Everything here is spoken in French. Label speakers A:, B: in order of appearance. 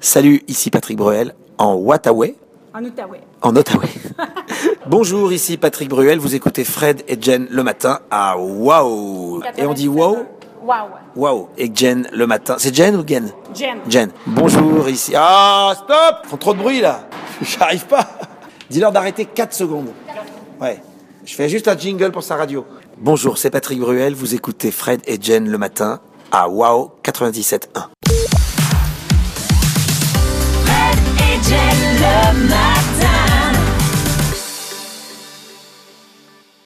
A: Salut, ici Patrick Bruel en Wattaway,
B: En Outaouais.
A: en Ottawa. Bonjour, ici Patrick Bruel, vous écoutez Fred et Jen le matin à Wow. Et on dit Wow
B: Wow.
A: Wow. Et Jen le matin. C'est Jen ou Gen
B: Jen.
A: Jen. Bonjour, ici. Ah, stop Font trop de bruit là J'arrive pas Dis-leur d'arrêter 4 secondes. Ouais. Je fais juste un jingle pour sa radio. Bonjour, c'est Patrick Bruel, vous écoutez Fred et Jen le matin à Wow 97.1.
C: Fred et Jen le matin.